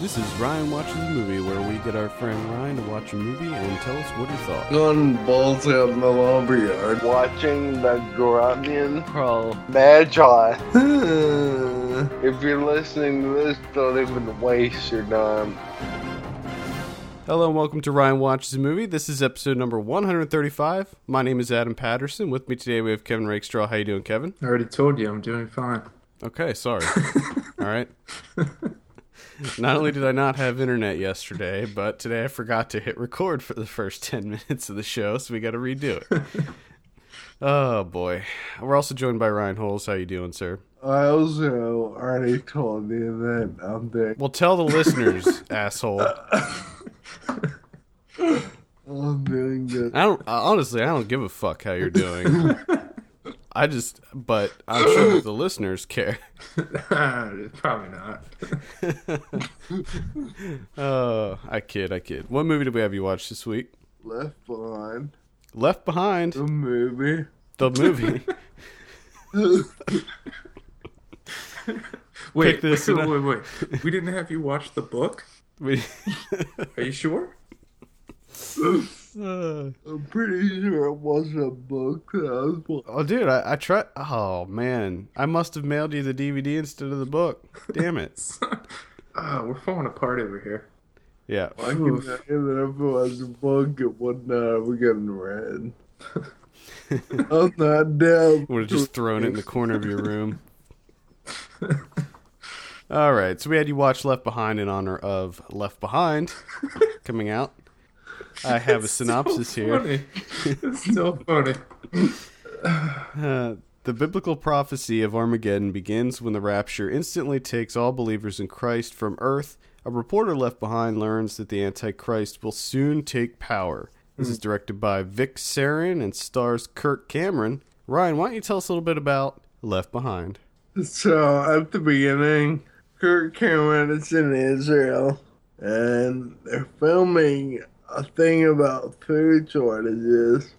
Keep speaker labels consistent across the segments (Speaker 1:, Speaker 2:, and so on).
Speaker 1: This is Ryan Watches a Movie, where we get our friend Ryan to watch a movie and tell us what he thought.
Speaker 2: Gun balls out in the lumber yard.
Speaker 3: watching the Grunion
Speaker 4: Pro.
Speaker 3: Magi.
Speaker 2: Why
Speaker 3: If you're listening to this, don't even waste your time.
Speaker 1: Hello and welcome to Ryan Watches a Movie. This is episode number 135. My name is Adam Patterson. With me today we have Kevin Rakestraw. How you doing, Kevin?
Speaker 5: I already told you I'm doing fine.
Speaker 1: Okay, sorry. All right. Not only did I not have internet yesterday, but today I forgot to hit record for the first 10 minutes of the show, so we got to redo it. oh boy. We're also joined by Ryan Holes. How you doing, sir?
Speaker 3: I also already told you that I'm the
Speaker 1: Well, tell the listeners, asshole.
Speaker 3: I'm doing good.
Speaker 1: I don't uh, honestly. I don't give a fuck how you're doing. I just, but I'm sure that the listeners care.
Speaker 5: Probably not.
Speaker 1: Oh, I kid, I kid. What movie did we have you watch this week?
Speaker 3: Left behind
Speaker 1: Left Behind,
Speaker 3: the movie.
Speaker 1: the movie.
Speaker 5: Wait,
Speaker 1: this
Speaker 5: wait,
Speaker 1: and
Speaker 5: wait, wait. We didn't have you watch the book?
Speaker 1: We,
Speaker 5: Are you sure?
Speaker 1: oh,
Speaker 3: I'm pretty sure it wasn't a book that I was wa-
Speaker 1: dude, I, I tried. Oh man, I must have mailed you the DVD instead of the book. Damn it.
Speaker 5: Oh, we're falling apart over here.
Speaker 1: Yeah.
Speaker 3: I can say that if it was a book, it would not have gotten read. I'm not down.
Speaker 1: Would have just thrown it in the corner of your room. All right, so we had you watch Left Behind in honor of Left Behind coming out. I have a synopsis here.
Speaker 5: Funny. It's so funny.
Speaker 1: Uh, the biblical prophecy of Armageddon begins when the rapture instantly takes all believers in Christ from earth. A reporter left behind learns that the Antichrist will soon take power. This is directed by Vic Sarin and stars Kirk Cameron. Ryan, why don't you tell us a little bit about Left Behind?
Speaker 3: So at the beginning, Kirk Cameron is in Israel, and they're filming a thing about food shortages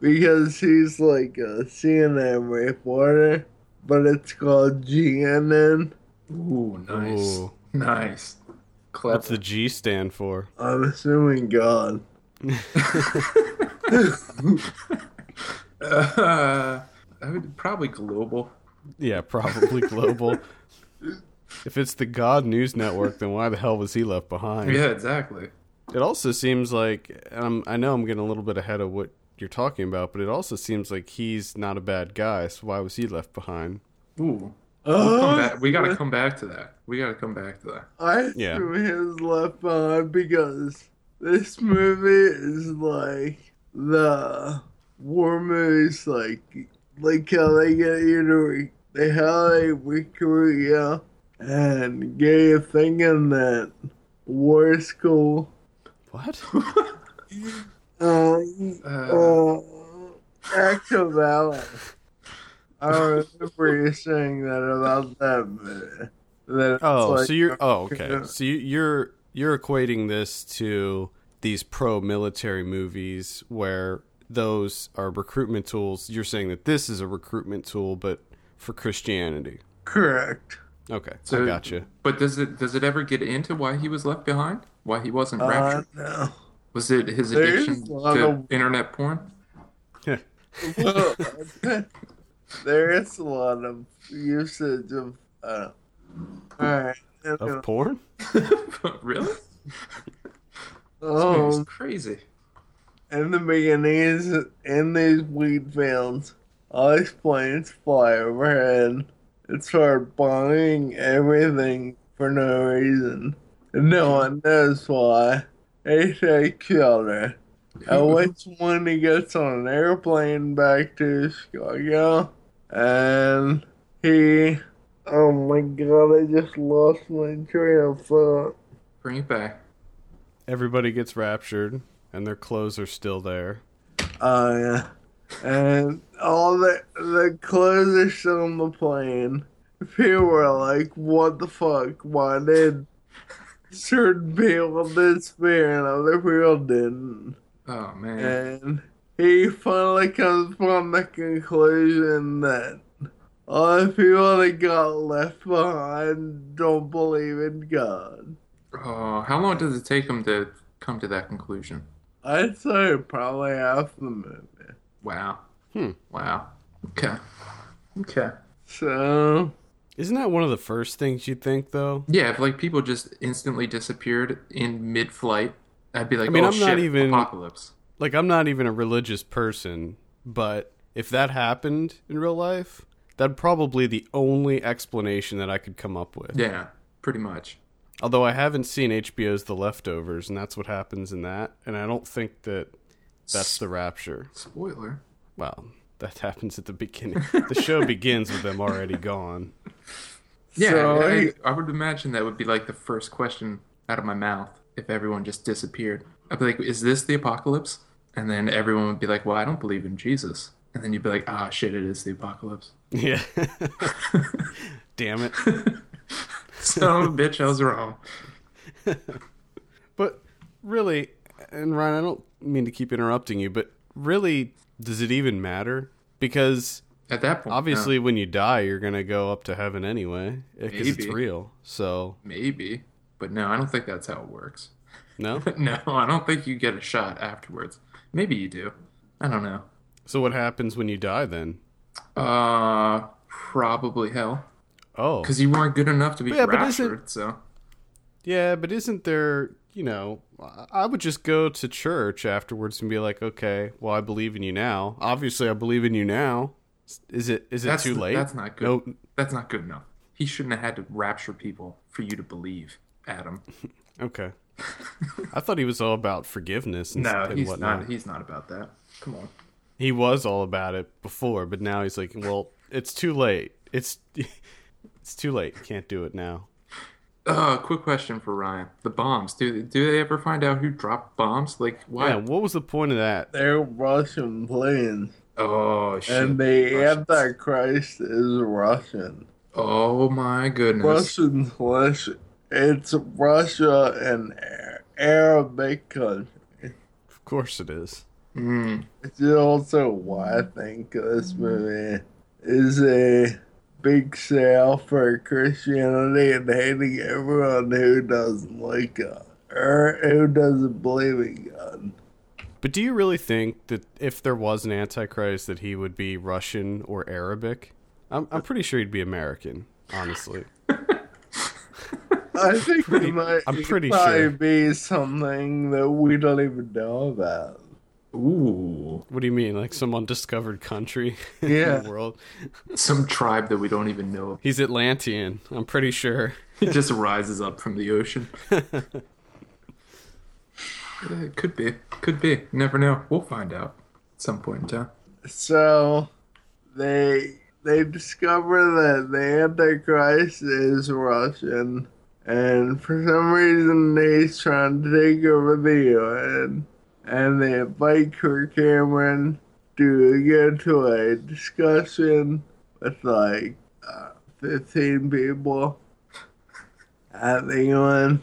Speaker 3: because he's like a CNN reporter, but it's called GNN.
Speaker 5: Ooh, nice.
Speaker 1: Ooh.
Speaker 5: Nice.
Speaker 1: What's
Speaker 5: Clever.
Speaker 1: the G stand for?
Speaker 3: I'm assuming God.
Speaker 5: Uh, I would probably global.
Speaker 1: Yeah, probably global. if it's the God News Network, then why the hell was he left behind?
Speaker 5: Yeah, exactly.
Speaker 1: It also seems like um, I know I'm getting a little bit ahead of what you're talking about, but it also seems like he's not a bad guy. So why was he left behind?
Speaker 5: Ooh. Come
Speaker 3: Uh,
Speaker 5: back. We gotta come back to that. We gotta come back to that.
Speaker 3: I
Speaker 1: Yeah.
Speaker 3: threw his left behind because this movie is like the war movies, like like how they get you to re- they how they recruit you and get you thinking that war is cool.
Speaker 1: What?
Speaker 3: Um,
Speaker 5: Uh,
Speaker 3: uh, act of violence. I remember you saying that about that movie. That it's
Speaker 1: Oh,
Speaker 3: like-
Speaker 1: so you're oh okay.
Speaker 3: yeah.
Speaker 1: So you, you're you're equating this to these pro-military movies where those are recruitment tools. You're saying that this is a recruitment tool, but for Christianity.
Speaker 3: correct.
Speaker 1: Okay, I
Speaker 5: So-
Speaker 1: gotcha.
Speaker 5: but does it does it ever get into why he was left behind? Why he wasn't
Speaker 3: Uh,
Speaker 5: raptured?
Speaker 3: no.
Speaker 5: Was it his
Speaker 3: There is
Speaker 5: addiction
Speaker 3: a lot
Speaker 5: to
Speaker 3: of-
Speaker 5: internet porn?
Speaker 3: Well, Oh, there is a lot of usage of. Uh, Alright.
Speaker 1: Of porn?
Speaker 5: really? It's
Speaker 3: Oh,
Speaker 5: crazy.
Speaker 3: in the beginnings, in these wheat fields, all these planes fly overhead and start bombing everything for no reason. And no one knows why. They take shelter. And which one he gets on an airplane back to Chicago, and he. Oh my god, I just lost my train of thought.
Speaker 5: Bring it back.
Speaker 1: Everybody gets raptured, and their clothes are still there.
Speaker 3: Oh yeah, and all the the clothes are still on the plane. People were like, "What the fuck? Why did certain people disappear and other people didn't?"
Speaker 5: Oh man.
Speaker 3: And he finally comes from the conclusion that all the people that got left behind don't believe in God.
Speaker 5: Oh, how long does it take him to come to that conclusion?
Speaker 3: I'd say probably half the movie.
Speaker 5: Wow.
Speaker 1: Hmm.
Speaker 5: Wow. Okay. Okay.
Speaker 3: So
Speaker 1: Isn't that one of the first things you'd think, though?
Speaker 5: Yeah, if like people just instantly disappeared in mid-flight, I'd be like,
Speaker 1: I mean,
Speaker 5: "Oh
Speaker 1: I'm
Speaker 5: shit,
Speaker 1: not even-
Speaker 5: apocalypse."
Speaker 1: Like, I'm not even a religious person, but if that happened in real life, that'd probably the only explanation that I could come up with.
Speaker 5: Yeah, pretty much.
Speaker 1: Although I haven't seen HBO's The Leftovers, and that's what happens in that, and I don't think that that's the rapture.
Speaker 5: Spoiler.
Speaker 1: Well, that happens at the beginning. the show begins with them already gone.
Speaker 5: Yeah,
Speaker 3: So
Speaker 5: I,
Speaker 3: he-
Speaker 5: I would imagine that would be like the first question out of my mouth if everyone just disappeared. I'd be like, "Is this the apocalypse?" And then everyone would be like, "Well, I don't believe in Jesus." And then you'd be like, "Ah, shit, it is the apocalypse."
Speaker 1: Yeah. Damn it.
Speaker 5: So, bitch, I was wrong.
Speaker 1: But really, and Ryan, I don't mean to keep interrupting you, but really, does it even matter? Because
Speaker 5: At that point, no.
Speaker 1: obviously, when you die, you're going to go up to heaven anyway, because it's
Speaker 5: Maybe.
Speaker 1: real. So,
Speaker 5: uh, maybe, but no, I don't think that's how it works.
Speaker 1: no?
Speaker 5: No, I don't think you get a shot afterwards. Maybe you do. I don't know.
Speaker 1: so, what happens when you die then?
Speaker 5: Uh, probably hell,
Speaker 1: Oh.
Speaker 5: because you weren't good enough to be
Speaker 1: Yeah, but isn't-
Speaker 5: raptured. So
Speaker 1: Yeah, but isn't there, you know, I- I would just go to church afterwards and be like, okay, well, I believe in you now. Obviously, I believe in you now. Is it is it
Speaker 5: that's
Speaker 1: too late?
Speaker 5: That's not good.
Speaker 1: No,
Speaker 5: That's not good enough. He shouldn't have had to rapture people for you to believe, Adam.
Speaker 1: okay. I thought he was all about forgiveness and,
Speaker 5: No,
Speaker 1: and
Speaker 5: he's
Speaker 1: whatnot.
Speaker 5: not. He's not about that. Come on.
Speaker 1: He was all about it before, but now he's like, well, it's too late. It's it's too late. Can't do it now.
Speaker 5: Uh, quick question for Ryan: The bombs. Do do they ever find out who dropped bombs? Like why?
Speaker 1: Yeah, what was the point of that?
Speaker 3: they're Russian planes,
Speaker 5: Oh shit!
Speaker 3: and the
Speaker 5: Russians.
Speaker 3: Antichrist is Russian.
Speaker 5: Oh my goodness!
Speaker 3: Russian flesh. It's Russia and A- Arabic country.
Speaker 1: Of course it is.
Speaker 5: Mm.
Speaker 3: It's also why I think this
Speaker 1: Mm-hmm.
Speaker 3: movie is a big sale for Christianity and hating everyone who doesn't like God or who doesn't believe in God.
Speaker 1: But do you really think that if there was an antichrist, that he would be Russian or Arabic? I'm, I'm pretty sure he'd be American, honestly.
Speaker 3: I think
Speaker 1: Pretty-
Speaker 3: it might
Speaker 1: I'm
Speaker 3: it
Speaker 1: pretty
Speaker 3: might
Speaker 1: sure.
Speaker 3: be something that we don't even know about.
Speaker 5: Ooh,
Speaker 1: What do you mean, like some undiscovered country
Speaker 3: Yeah.
Speaker 1: in the world?
Speaker 5: some tribe that we don't even know of.
Speaker 1: He's Atlantean. I'm pretty sure.
Speaker 5: It just rises up from the ocean. it Uh, could be. Could be. Never know. We'll find out at some point in time.
Speaker 3: So they they discover that the Antichrist is Russian, and for some reason he's trying to take over the UN, and they invite Kirk Cameron to go to a discussion with like uh, fifteen people at the UN.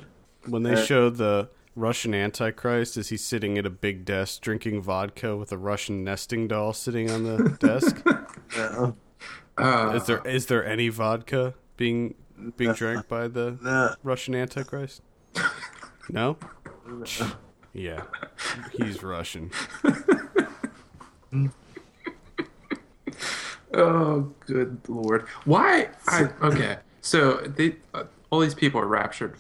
Speaker 1: When they show the Russian antichrist, is he sitting at a big desk drinking vodka with a Russian nesting doll sitting on the desk?
Speaker 3: No,
Speaker 5: Uh,
Speaker 1: Is there is there any vodka being being drank by the
Speaker 3: no,
Speaker 1: Russian Antichrist? No. Yeah, he's Russian.
Speaker 5: oh, good lord. Why? I, okay. So they, uh, all these people are raptured.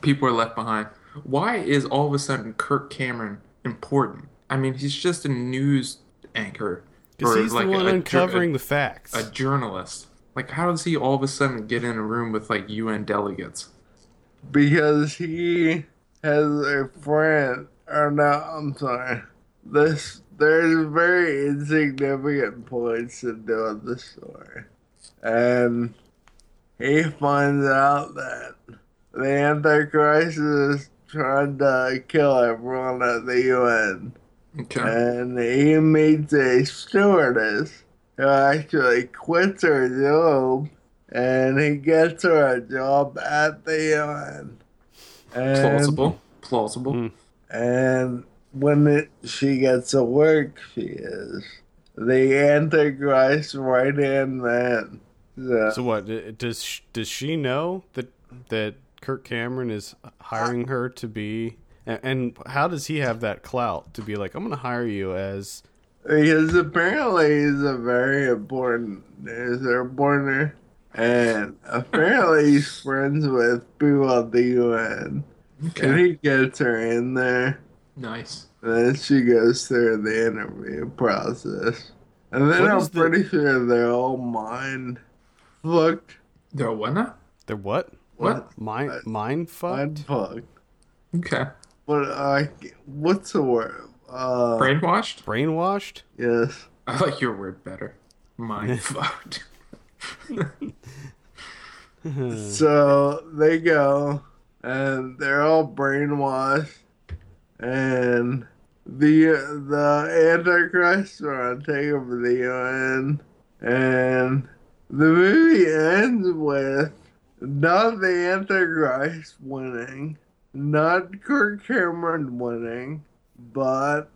Speaker 5: People are left behind. Why is all of a sudden Kirk Cameron important? I mean, he's just a news anchor.
Speaker 1: Because
Speaker 5: or
Speaker 1: he's
Speaker 5: like
Speaker 1: the one
Speaker 5: a- a-
Speaker 1: uncovering the facts.
Speaker 5: a journalist. Like, how does he all of a sudden get in a room with like UN delegates?
Speaker 3: because he has a friend or no i'm sorry this there's very insignificant points to do with the story and he finds out that the antichrist is trying to kill everyone at the un
Speaker 5: Okay.
Speaker 3: and he meets a stewardess who actually quits her job and he gets her a job at the UN. And,
Speaker 5: Plausible. Plausible.
Speaker 1: Mm.
Speaker 3: And when it, she gets to work, she is the Antichrist right hand man. So,
Speaker 1: so what d- does sh- does she know that that Kirk Cameron is
Speaker 3: Uh,
Speaker 1: hiring her to be, and, and how does he have that clout to be like, I'm going to hire you as
Speaker 3: Because apparently he's a very important is their partner. And apparently he's friends with people at the UN. And he gets her in there.
Speaker 5: Nice.
Speaker 3: And then she goes through the interview process. And then
Speaker 1: What
Speaker 3: I'm
Speaker 1: is the-
Speaker 3: pretty sure they're all mind fucked.
Speaker 5: There what now?
Speaker 1: the what?
Speaker 5: What?
Speaker 1: Mind, mind fucked?
Speaker 3: Uh, Mind fucked.
Speaker 5: Okay.
Speaker 3: But I, what's the word? Uh,
Speaker 5: Brainwashed?
Speaker 1: Brainwashed?
Speaker 3: yes.
Speaker 5: I like your word better. Mind fucked.
Speaker 3: Mm-hmm. So they go, and they're all brainwashed, and the the Antichrist are take over the UN, and the movie ends with not the Antichrist winning, not Kirk Cameron winning, but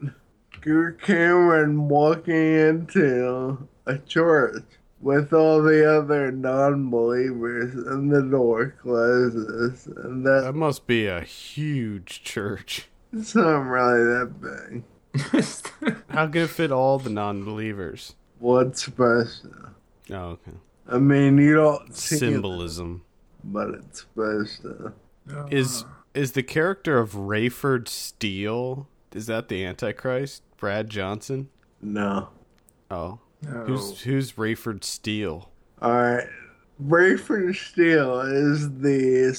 Speaker 3: Kirk Cameron walking into a church with all the other non-believers and the door closes and
Speaker 1: That
Speaker 3: that,
Speaker 1: must be a huge church.
Speaker 3: that's not really that big
Speaker 1: How could it fit all the non believers?
Speaker 3: what's special
Speaker 1: Oh, okay.
Speaker 3: i mean you don't see it,
Speaker 1: Symbolism.
Speaker 3: but it's special Uh,
Speaker 1: Is is the character of Rayford Steele is that the Antichrist? Brad Johnson?
Speaker 3: no
Speaker 1: Oh.
Speaker 5: No.
Speaker 1: Who's who's Rayford Steele?
Speaker 3: all right Rayford Steele is the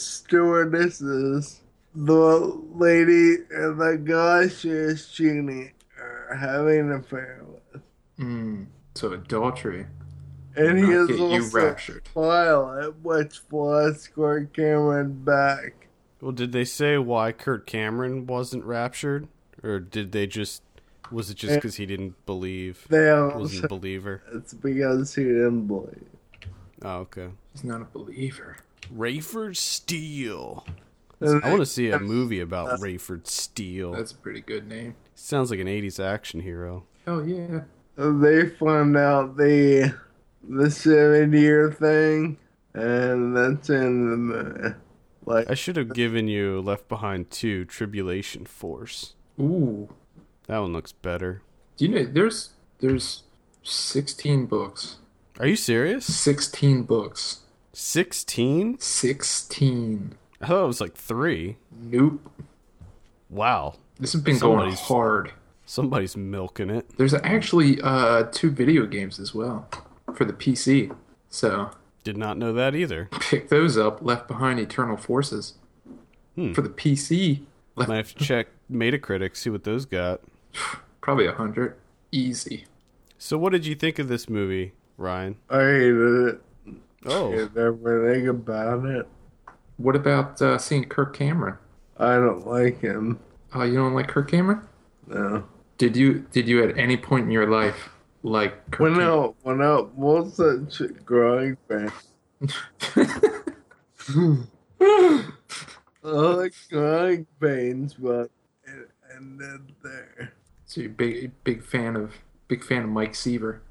Speaker 3: stewardesses, the lady and the guy she is cheating or having an affair with.
Speaker 5: Mm, so adultery.
Speaker 3: And he
Speaker 5: Not
Speaker 3: is
Speaker 5: get you
Speaker 3: also
Speaker 5: raptured.
Speaker 3: pilot, which will escort Cameron back.
Speaker 1: Well, did they say why Kurt Cameron wasn't raptured, or did they just was it just because he didn't believe?
Speaker 3: They
Speaker 1: Wasn't a
Speaker 3: also,
Speaker 1: believer.
Speaker 3: it's because he didn't believe.
Speaker 1: Oh, okay.
Speaker 5: He's not a believer.
Speaker 1: Rayford Steele.
Speaker 3: And
Speaker 1: I want to see a movie about Rayford Steele.
Speaker 5: That's a pretty good name.
Speaker 1: Sounds like an '80s action hero.
Speaker 5: Hell yeah.
Speaker 3: they found out the the seven year thing, and that's in the movie. Like
Speaker 1: I should have given you Left Behind 2 Tribulation Force.
Speaker 5: Ooh.
Speaker 1: That one looks better.
Speaker 5: Do you know there's there's 16 books.
Speaker 1: Are you serious?
Speaker 5: 16 books.
Speaker 1: 16?
Speaker 5: 16.
Speaker 1: I thought it was like 3.
Speaker 5: Nope.
Speaker 1: Wow.
Speaker 5: This has been
Speaker 1: Somebody's-
Speaker 5: going hard.
Speaker 1: Somebody's milking it.
Speaker 5: There's actually uh, two video games as well for the PC. So
Speaker 1: Did not know that either.
Speaker 5: pick those up. Left Behind Eternal Forces for the PC. Left
Speaker 1: Might have to check Metacritic, see what those got.
Speaker 5: probably a hundred. Easy.
Speaker 1: So, what did you think of this movie, Ryan?
Speaker 3: I hated it.
Speaker 1: Oh,
Speaker 3: Hated everything about it.
Speaker 5: What about uh, seeing Kirk Cameron?
Speaker 3: I don't like him.
Speaker 5: Oh, you don't like Kirk Cameron?
Speaker 3: No.
Speaker 5: Did you did you at any point in your life like Kirk
Speaker 3: When I when I was such a growing fan,
Speaker 5: Cameron?
Speaker 3: I like growing pains, but it ended there.
Speaker 5: so you're big big fan of big fan of Mike Seaver.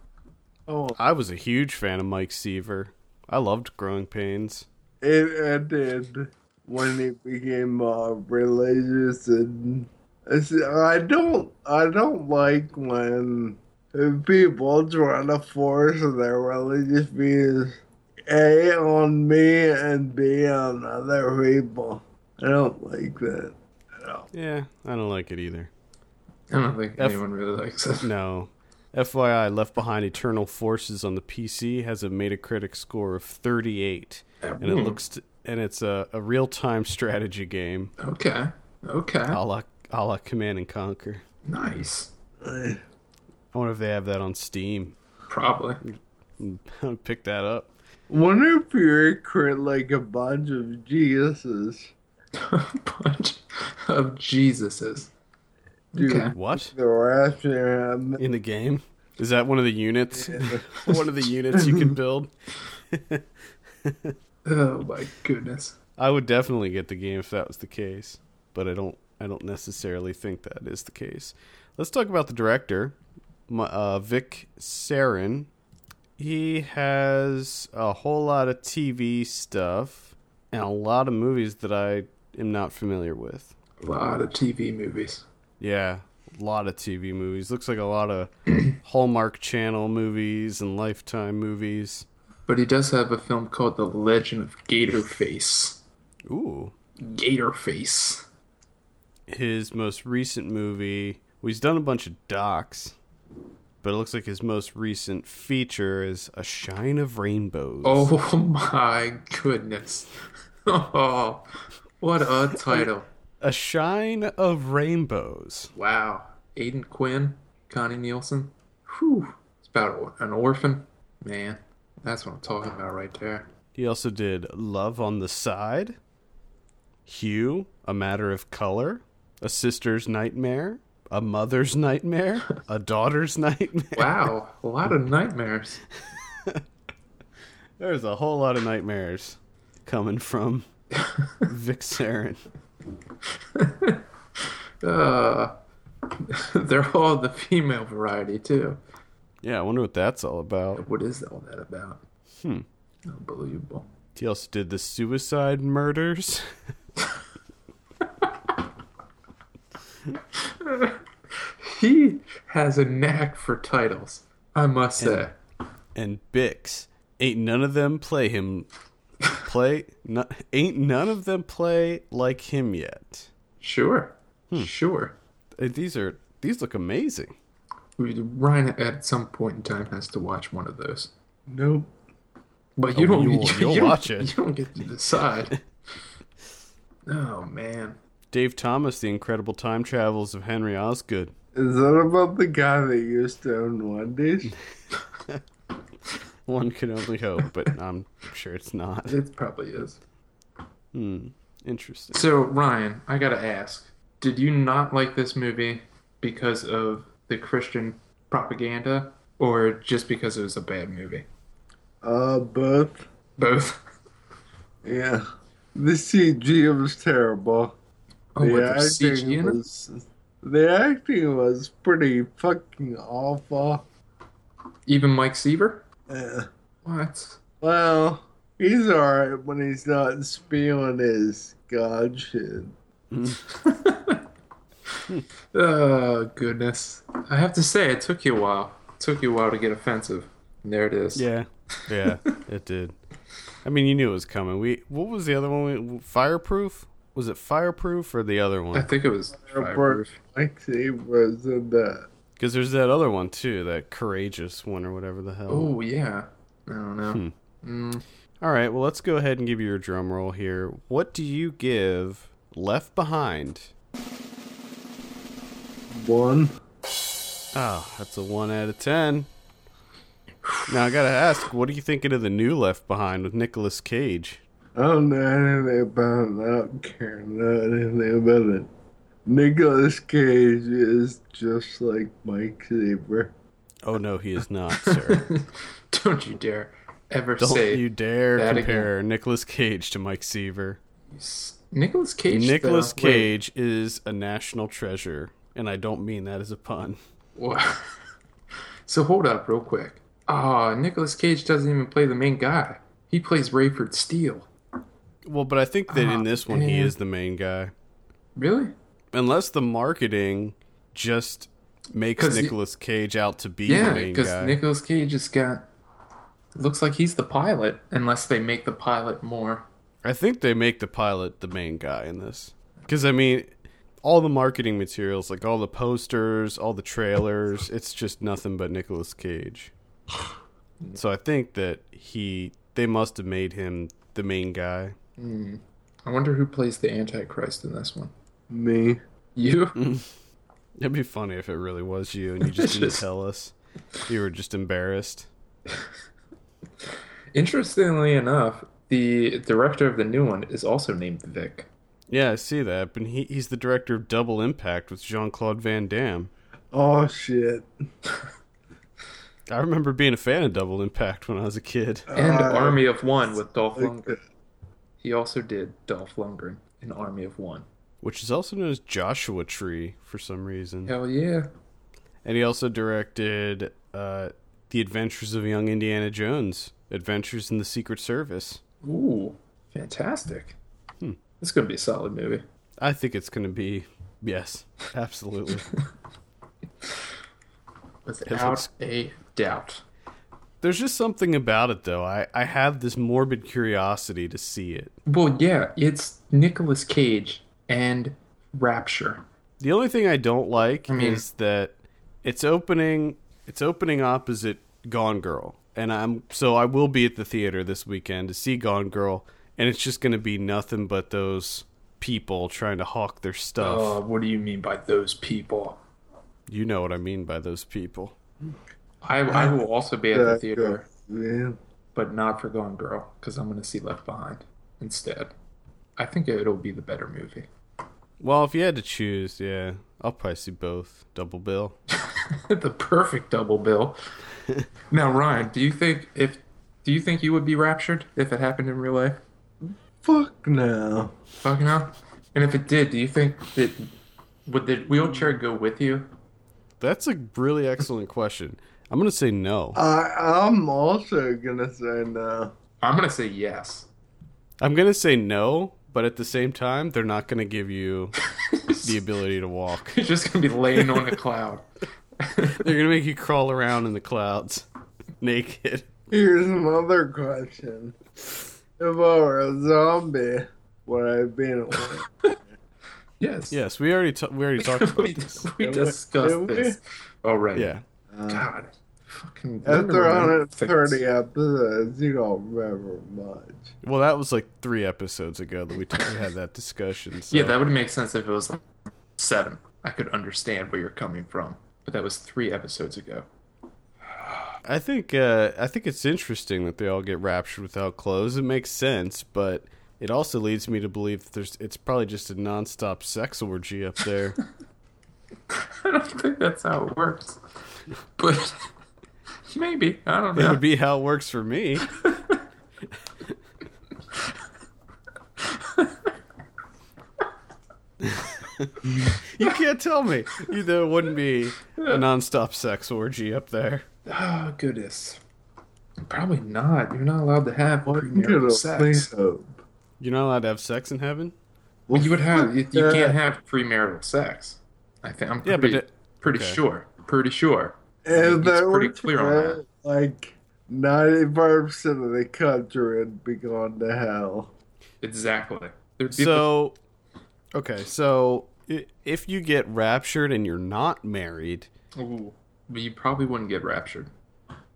Speaker 3: Oh,
Speaker 1: I was a huge fan of Mike Seaver. I loved Growing Pains.
Speaker 3: It ended when it became uh, religious, and I see- I don't, I don't like when people try to force their religious views a on me and b on other people. I don't like that.
Speaker 1: Yeah, I don't like it either.
Speaker 5: I don't think
Speaker 1: F-
Speaker 5: anyone really likes it.
Speaker 1: No. FYI, Left Behind Eternal Forces on the PC has a Metacritic score of 38, and it
Speaker 5: Hmm.
Speaker 1: looks t- and it's a, a real-time strategy game,
Speaker 5: Okay. Okay.
Speaker 1: a la, a la Command and Conquer.
Speaker 5: Nice.
Speaker 3: I-
Speaker 1: I wonder if they have that on Steam.
Speaker 5: Probably.
Speaker 1: Pick that up.
Speaker 3: Wonder if you recruit like a bunch of Jesuses,
Speaker 5: A bunch of Jesuses.
Speaker 3: Dude.
Speaker 5: Okay.
Speaker 1: What
Speaker 3: they're after him.
Speaker 1: in the game? Is that one of the units? one of the units you can build.
Speaker 5: Oh my goodness.
Speaker 1: I would definitely get the game if that was the case, but I don't. I don't necessarily think that is the case. Let's talk about the director, M- uh, Vic Sarin. He has a whole lot of TV stuff. and a lot of movies that I am not familiar with.
Speaker 5: A lot of TV movies.
Speaker 1: Yeah, a lot of TV movies. Looks like a lot of Hallmark Channel movies and Lifetime movies.
Speaker 5: But he does have a film called The Legend of Gator Face.
Speaker 1: Ooh.
Speaker 5: Gator Face.
Speaker 1: His most recent movie, well, he's done a bunch of docs, but it looks like his most recent feature is A Shine of Rainbows.
Speaker 5: Oh my goodness. Oh, what a title.
Speaker 1: A Shine of Rainbows.
Speaker 5: Wow. Aiden Quinn, Connie Nielsen. Whew. It's about an orphan. Man, that's what I'm talking about right there.
Speaker 1: He also did Love on the Side, Hue, A Matter of Color, A Sister's Nightmare, A Mother's Nightmare, A Daughter's Nightmare.
Speaker 5: Wow. A lot of nightmares.
Speaker 1: There's a whole lot of nightmares coming from Vic Saren.
Speaker 5: Uh, they're all the female variety, too.
Speaker 1: Yeah, I wonder what that's all about.
Speaker 5: What is all that about? Hmm. Unbelievable.
Speaker 1: He also did the Suicide Murders.
Speaker 5: He has a knack for titles, I must say.
Speaker 1: and Bix. Ain't none of them play him. Play no, ain't none of them play like him yet.
Speaker 5: Sure. Sure.
Speaker 1: Uh, These are these look amazing.
Speaker 5: We- Ryan, at some point in time, has to watch one of those.
Speaker 3: Nope.
Speaker 5: But you don't.
Speaker 1: you'll-
Speaker 5: you
Speaker 1: Oh, you'll
Speaker 5: don't-
Speaker 1: watch it.
Speaker 5: You don't get to decide. oh man,
Speaker 1: Dave Thomas, The Incredible Time Travels of Henry Osgood.
Speaker 3: Is that about the guy that used to own Wendy's?
Speaker 1: One can only hope, but I'm sure it's not. Hmm,
Speaker 5: it probably is.
Speaker 1: Interesting.
Speaker 5: So Ryan, I gotta ask: Did you not like this movie because of the Christian propaganda, or just because it was a bad movie?
Speaker 3: Uh, both.
Speaker 5: Both.
Speaker 3: Yeah. The CG was terrible.
Speaker 5: Oh, with
Speaker 3: the
Speaker 5: the CG in it?
Speaker 3: was. The acting was pretty fucking awful.
Speaker 5: Even Mike Seaver? Eh.
Speaker 3: Yeah.
Speaker 5: What?
Speaker 3: Well, he's alright when he's not spewing his god shit.
Speaker 5: Oh goodness! I have to say, it took you a while. It took you a while to get offensive. And there it is.
Speaker 1: Yeah, yeah, it did. I mean, you knew it was coming. We what was the other one? We, fireproof? Was it fireproof or the other
Speaker 5: I
Speaker 1: one?
Speaker 5: think it was
Speaker 3: Fireproof.
Speaker 5: fireproof.
Speaker 3: Like he was in that.
Speaker 1: Because there's that other one too, that courageous one or whatever the hell.
Speaker 5: Oh yeah. I don't know.
Speaker 1: Hmm. All right, well, let's go ahead and give you your drum roll here. What do you give Left Behind?
Speaker 3: One.
Speaker 1: Oh, that's a one out of ten. Now I gotta ask, what are you thinking of the new Left Behind with Nicolas Cage?
Speaker 3: I don't know anything about it. I don't care not anything about it. Nicholas Cage is just like Mike Saber.
Speaker 1: Oh no, he is not, sir.
Speaker 5: Don't you dare ever
Speaker 1: Don't
Speaker 5: say
Speaker 1: you dare
Speaker 5: that
Speaker 1: compare Nicolas Cage to Mike Seaver.
Speaker 5: Nicholas Cage.
Speaker 1: Nicolas
Speaker 5: though. Wait,
Speaker 1: Cage is a national treasure, and I don't mean that as a pun.
Speaker 5: wha- so hold up, real quick. Ah, Nicholas Cage doesn't even play the main guy. He plays Rayford Steele.
Speaker 1: Well, but I think that
Speaker 5: Ah,
Speaker 1: in this one he
Speaker 5: man.
Speaker 1: is the main guy,
Speaker 5: Really?
Speaker 1: unless the marketing just makes
Speaker 5: 'Cause he-
Speaker 1: Nicolas Cage out to be the
Speaker 5: Yeah,
Speaker 1: main
Speaker 5: because
Speaker 1: guy.
Speaker 5: Nicholas Cage has got. Looks like he's the pilot, unless they make the pilot more.
Speaker 1: I think they make the pilot the main guy in this, because I mean, all the marketing materials, like all the posters, all the trailers, it's just nothing but Nicolas Cage. So I think that he they must have made him the main guy.
Speaker 5: I wonder who plays the Antichrist in this one.
Speaker 3: Me.
Speaker 5: You?
Speaker 1: It'd be funny if it really was you and you just didn't
Speaker 5: Just-
Speaker 1: tell us. You were just embarrassed.
Speaker 5: Interestingly enough, the director of the new one is also named Vic.
Speaker 1: Yeah, I see that. But he, he's the director of Double Impact with Jean Claude Van Damme.
Speaker 3: Oh shit.
Speaker 1: I remember being a fan of Double Impact when I was a kid.
Speaker 5: and
Speaker 3: Uh,
Speaker 5: Army of One with Dolph
Speaker 3: Like
Speaker 5: Lundgren. He also did Dolph Lundgren in Army of One.
Speaker 1: which is also known as Joshua Tree for some reason.
Speaker 5: Hell yeah!
Speaker 1: And he also directed uh, The Adventures of Young Indiana Jones, Adventures in the Secret Service.
Speaker 5: Ooh, Fantastic. It's going to be a solid movie.
Speaker 1: I think it's going to be yes, absolutely.
Speaker 5: Without a doubt.
Speaker 1: There's just something about it though. I I have this morbid curiosity to see it.
Speaker 5: Well, yeah, it's Nicolas Cage and Rapture.
Speaker 1: The only thing I don't like
Speaker 5: mean-
Speaker 1: is that it's opening it's opening opposite Gone Girl. And I'm so I will be at the theater this weekend to see Gone Girl and it's just going to be nothing but those people trying to hawk their stuff.
Speaker 5: Oh, what do you mean by those people?
Speaker 1: You know what I mean by those people.
Speaker 5: I, I will also be at the
Speaker 3: That
Speaker 5: theater,
Speaker 3: goes, man.
Speaker 5: but not for Gone Girl, because I'm going to see Left Behind instead. I think it'll be the better movie.
Speaker 1: Well, if you had to choose, yeah, I'll probably see both double bill.
Speaker 5: the perfect double bill. now, Ryan, do you think if do you think you would be raptured if it happened in real life?
Speaker 3: Fuck no.
Speaker 5: Fucking hell. And if it did, do you think that would the wheelchair go with you?
Speaker 1: That's a really excellent question. I'm gonna say no.
Speaker 3: I I'm also gonna say no.
Speaker 5: I'm gonna say yes.
Speaker 1: I'm gonna say no, but at the same time, they're not gonna give you the ability to walk.
Speaker 5: You're just gonna be laying on a cloud.
Speaker 1: They're gonna make you crawl around in the clouds, naked.
Speaker 3: Here's another question. If I were a zombie, would I be in a
Speaker 5: yes.
Speaker 1: Yes, we already ta- we already talked about
Speaker 5: we,
Speaker 1: this.
Speaker 5: we
Speaker 3: Did we-
Speaker 5: discussed
Speaker 3: did we?
Speaker 5: this already.
Speaker 1: Yeah,
Speaker 5: God. Fucking
Speaker 3: Uh, After
Speaker 5: women and things.
Speaker 3: 130 episodes, you don't remember much.
Speaker 1: well, that was like three episodes ago that we, t- we had that discussion. So.
Speaker 5: Yeah, that would make sense if it was like seven. I could understand where you're coming from. But that was three episodes ago.
Speaker 1: I think uh, I think it's interesting that they all get raptured without clothes. It makes sense, but it also leads me to believe that there's it's probably just a nonstop sex orgy up there.
Speaker 5: I don't think that's how it works. But maybe. I don't
Speaker 1: that
Speaker 5: know.
Speaker 1: would be how it works for me. you can't tell me. You there wouldn't be a nonstop sex orgy up there.
Speaker 5: oh, goodness. Probably not. You're not allowed to have
Speaker 3: You
Speaker 5: premarital
Speaker 3: don't
Speaker 5: sex.
Speaker 3: think so.
Speaker 1: You're not allowed to have sex in heaven?
Speaker 5: Well, you would have. You, you
Speaker 3: Yeah.
Speaker 5: can't have premarital sex. I think I'm
Speaker 1: Yeah,
Speaker 5: pretty,
Speaker 1: but it-
Speaker 5: pretty
Speaker 1: okay.
Speaker 5: sure. Pretty sure.
Speaker 3: If
Speaker 5: It's
Speaker 3: they were
Speaker 5: pretty clear
Speaker 3: to
Speaker 5: on
Speaker 3: have,
Speaker 5: that.
Speaker 3: Like 95% of the country would be gone to hell.
Speaker 5: Exactly. There'd be
Speaker 1: So, okay, so i- if you get raptured and you're not married,
Speaker 5: the- Ooh. But you probably wouldn't get raptured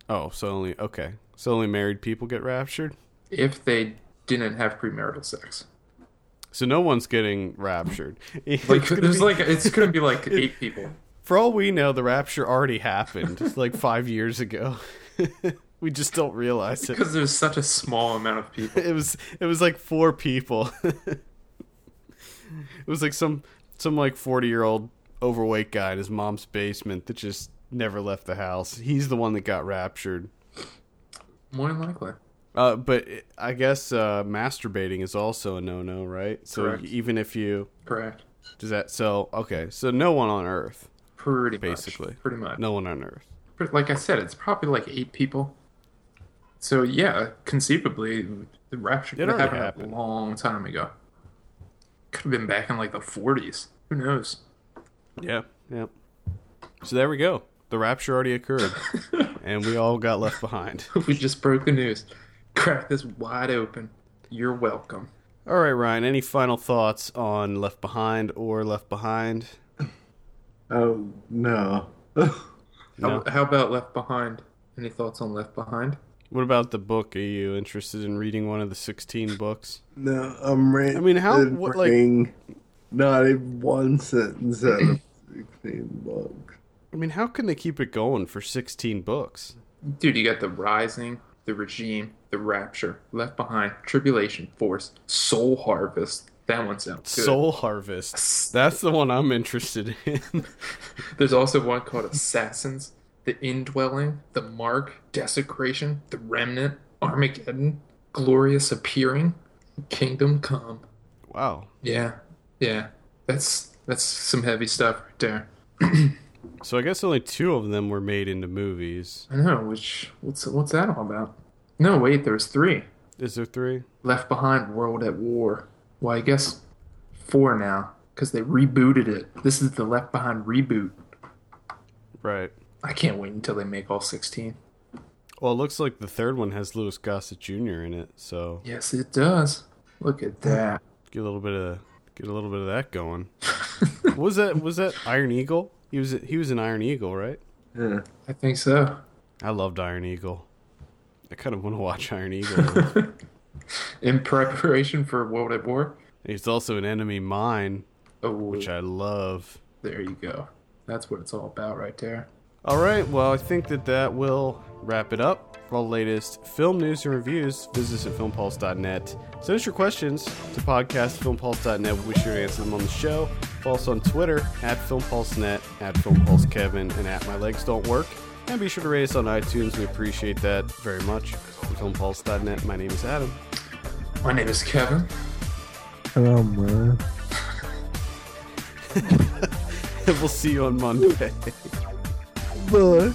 Speaker 1: oh, so only okay, so only married people get raptured.
Speaker 5: if they didn't have premarital sex.
Speaker 1: So no one's getting raptured. It's
Speaker 5: Like
Speaker 1: gonna
Speaker 5: there's
Speaker 1: be-
Speaker 5: like it's gonna be like eight people.
Speaker 1: for all we know, the rapture already happened It's like five years ago. we just don't realize it.
Speaker 5: Because there's such a small amount of people.
Speaker 1: It was it was like four people. it was like some some like forty year old overweight guy in his mom's basement that just never left the house. He's the one that got raptured.
Speaker 5: More than likely.
Speaker 1: Uh, but it- I guess uh, masturbating is also a no-no, right? So
Speaker 5: Correct.
Speaker 1: even if you
Speaker 5: Correct.
Speaker 1: does that, so okay, so no one on Earth,
Speaker 5: Pretty
Speaker 1: Basically.
Speaker 5: much. Pretty much.
Speaker 1: no one on Earth.
Speaker 5: But Like I said, it's probably like eight people. So yeah, conceivably, the rapture could have
Speaker 1: already
Speaker 5: happened,
Speaker 1: happened.
Speaker 5: a long time ago. Could have been back in like the 40s. Who knows?
Speaker 1: Yeah, yeah. So there we go. The rapture already occurred, and we all got left behind.
Speaker 5: we just broke the news. Crack this wide open. You're welcome.
Speaker 1: All right, Ryan. Any final thoughts on Left Behind or Left Behind?
Speaker 3: Oh, no.
Speaker 1: No.
Speaker 5: How, how about Left Behind? Any thoughts on Left Behind?
Speaker 1: What about the book? Are you interested in reading one of the sixteen books?
Speaker 3: no, I'm reading.
Speaker 1: I mean, how- what, like-
Speaker 3: not even one sentence out of 16 books.
Speaker 1: I mean, how can they keep it going for sixteen books?
Speaker 5: Dude, you got the rising, the regime, the rapture, left behind, tribulation, force, soul harvest. That one sounds good.
Speaker 1: Soul Harvest. That's the one I'm interested in.
Speaker 5: There's also one called assassins, the indwelling, the mark, desecration, the remnant, Armageddon, glorious appearing, kingdom come.
Speaker 1: wow.
Speaker 5: Yeah, yeah, that's that's some heavy stuff right there.
Speaker 1: So I guess only two of them were made into movies.
Speaker 5: I know. Which what's what's that all about? No, wait, there was three.
Speaker 1: Is there three?
Speaker 5: Left Behind World at War. Well, I guess four now because they rebooted it. This is the Left Behind reboot.
Speaker 1: Right.
Speaker 5: I can't wait until they make all 16.
Speaker 1: Well, it looks like the third one has Louis Gossett Jr. in it, so
Speaker 5: Yes, it does. Look at that.
Speaker 1: get a little bit of get a little bit of that going. was that was that Iron Eagle? He was he was an Iron Eagle, right?
Speaker 3: Yeah.
Speaker 5: I think so.
Speaker 1: I loved Iron Eagle. I kind of want to watch Iron Eagle.
Speaker 5: In preparation for World at War.
Speaker 1: He's also an enemy mine,
Speaker 5: Oh,
Speaker 1: which I love.
Speaker 5: there you go. That's what it's all about right there.
Speaker 1: All right, well, I think that that will wrap it up. For all the latest film news and reviews, visit us at filmpulse.net. Send us your questions to podcast filmpulse.net. We'll be sure to answer them on the show. Follow us on Twitter at filmpulsenet, at filmpulsekevin, and at my legs don't work. And be sure to rate us on iTunes. We appreciate that very much. For filmpulse.net, my name is Adam.
Speaker 5: My name is Kevin.
Speaker 3: Oh, man.
Speaker 1: and we'll see you on Monday.
Speaker 3: But.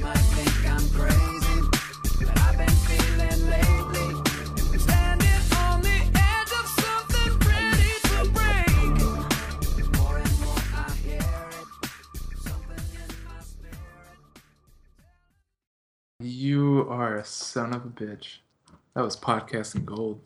Speaker 4: might think I'm crazy, but I've been feeling lately. Standing on the edge of something ready to break. More and more I hear it, something in my spirit.
Speaker 5: You are a son of a bitch. That was podcasting gold.